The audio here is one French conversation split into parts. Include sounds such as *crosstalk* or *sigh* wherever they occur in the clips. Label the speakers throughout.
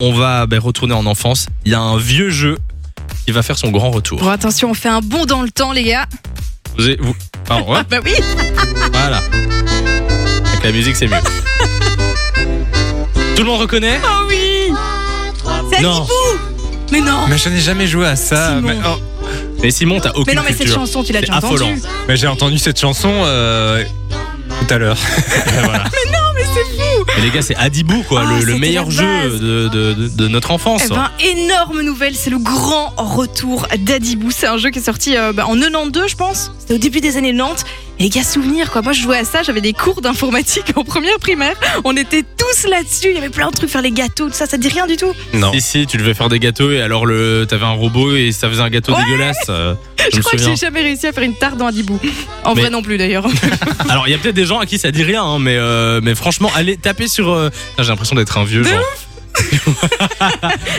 Speaker 1: On va ben, retourner en enfance. Il y a un vieux jeu qui va faire son grand retour.
Speaker 2: Bon, attention, on fait un bond dans le temps, les gars.
Speaker 1: Vous avez- vous- Ah, ouais,
Speaker 2: Bah oui
Speaker 1: *laughs* voilà. Avec la musique, c'est mieux. Tout le monde reconnaît
Speaker 2: Oh oui C'est
Speaker 1: Non.
Speaker 2: Nipou Mais non
Speaker 3: Mais je n'ai jamais joué à ça.
Speaker 2: Simon.
Speaker 3: Mais, oh,
Speaker 1: Mais Simon, t'as aucune
Speaker 2: Mais non, mais cette
Speaker 1: culture.
Speaker 2: chanson, tu l'as
Speaker 1: C'est
Speaker 2: déjà entendue.
Speaker 1: affolant.
Speaker 3: mais j'ai entendu cette chanson euh, tout à l'heure. *laughs*
Speaker 1: Mais les gars, c'est Adibou, quoi,
Speaker 2: Ah,
Speaker 1: le- le,
Speaker 2: c'était
Speaker 1: meilleur
Speaker 2: la
Speaker 1: jeu
Speaker 2: base.
Speaker 1: de, de- de- de notre enfance.
Speaker 2: Eh ben, énorme nouvelle, c'est le grand retour d'Adibou. C'est un jeu qui est sorti euh, bah, en 92, je pense. C'était au début des années 90. Et les gars, souvenirs, quoi. Moi, je jouais à ça, j'avais des cours d'informatique *laughs* en première primaire. On était tous là-dessus, il y avait plein de trucs, faire les gâteaux, tout ça, ça te dit rien du tout.
Speaker 3: Non.
Speaker 1: Si, si, tu devais faire des gâteaux et alors le, t'avais un robot et ça faisait un gâteau dégueulasse.
Speaker 2: *laughs*
Speaker 1: euh, je,
Speaker 2: Je
Speaker 1: me
Speaker 2: crois que
Speaker 1: souviens.
Speaker 2: j'ai jamais réussi à faire une tarte dans Adibou. En
Speaker 1: Mais-
Speaker 2: vrai non
Speaker 1: *laughs*
Speaker 2: plus, d'ailleurs.
Speaker 1: Alors, il y a peut-être des gens à qui ça dit rien, hein, mais, euh, mais franchement, allez taper sur. euh, Putain, J'ai l'impression d'être un vieux.
Speaker 2: De
Speaker 1: genre.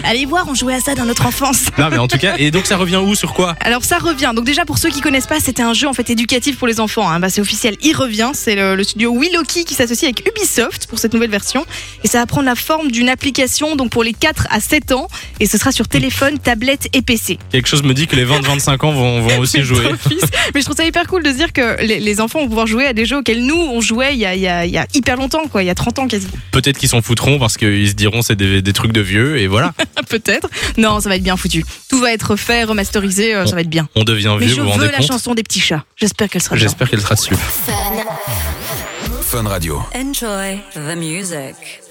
Speaker 2: Allez voir, on jouait à ça dans notre enfance.
Speaker 1: Non, mais en tout cas, et donc ça revient où Sur quoi
Speaker 2: Alors ça revient. Donc déjà pour ceux qui connaissent pas, c'était un jeu en fait éducatif pour les enfants. hein. Bah, c'est officiel, il revient. C'est le, le studio Willoki qui s'associe avec Ubisoft pour cette nouvelle version. Et ça va prendre la forme d'une application donc pour les 4 à 7 ans. Et ce sera sur téléphone, tablette et PC.
Speaker 1: Quelque chose me dit que les 20-25 ans vont,
Speaker 2: *laughs*
Speaker 1: vont aussi jouer. *laughs*
Speaker 2: Fils. Mais je trouve ça hyper cool de se dire que les, les enfants vont pouvoir jouer à des jeux auxquels nous on jouait il y a, il y a- il y a hyper longtemps, quoi, il y a 30 ans quasi.
Speaker 1: Peut-être qu'ils s'en foutront parce qu'ils se diront c'est des, des trucs de vieux et voilà.
Speaker 2: Peut-être. Non, ça va être bien foutu. Tout va être fait, remasterisé, euh, ça va être bien.
Speaker 1: On devient
Speaker 2: Mais
Speaker 1: vieux,
Speaker 2: je
Speaker 1: vous vous rendez
Speaker 2: veux la
Speaker 1: compte
Speaker 2: chanson des petits chats. J'espère qu'elle sera bien.
Speaker 1: J'espère qu'elle sera dessus.
Speaker 4: Fun Radio.
Speaker 5: Enjoy the music.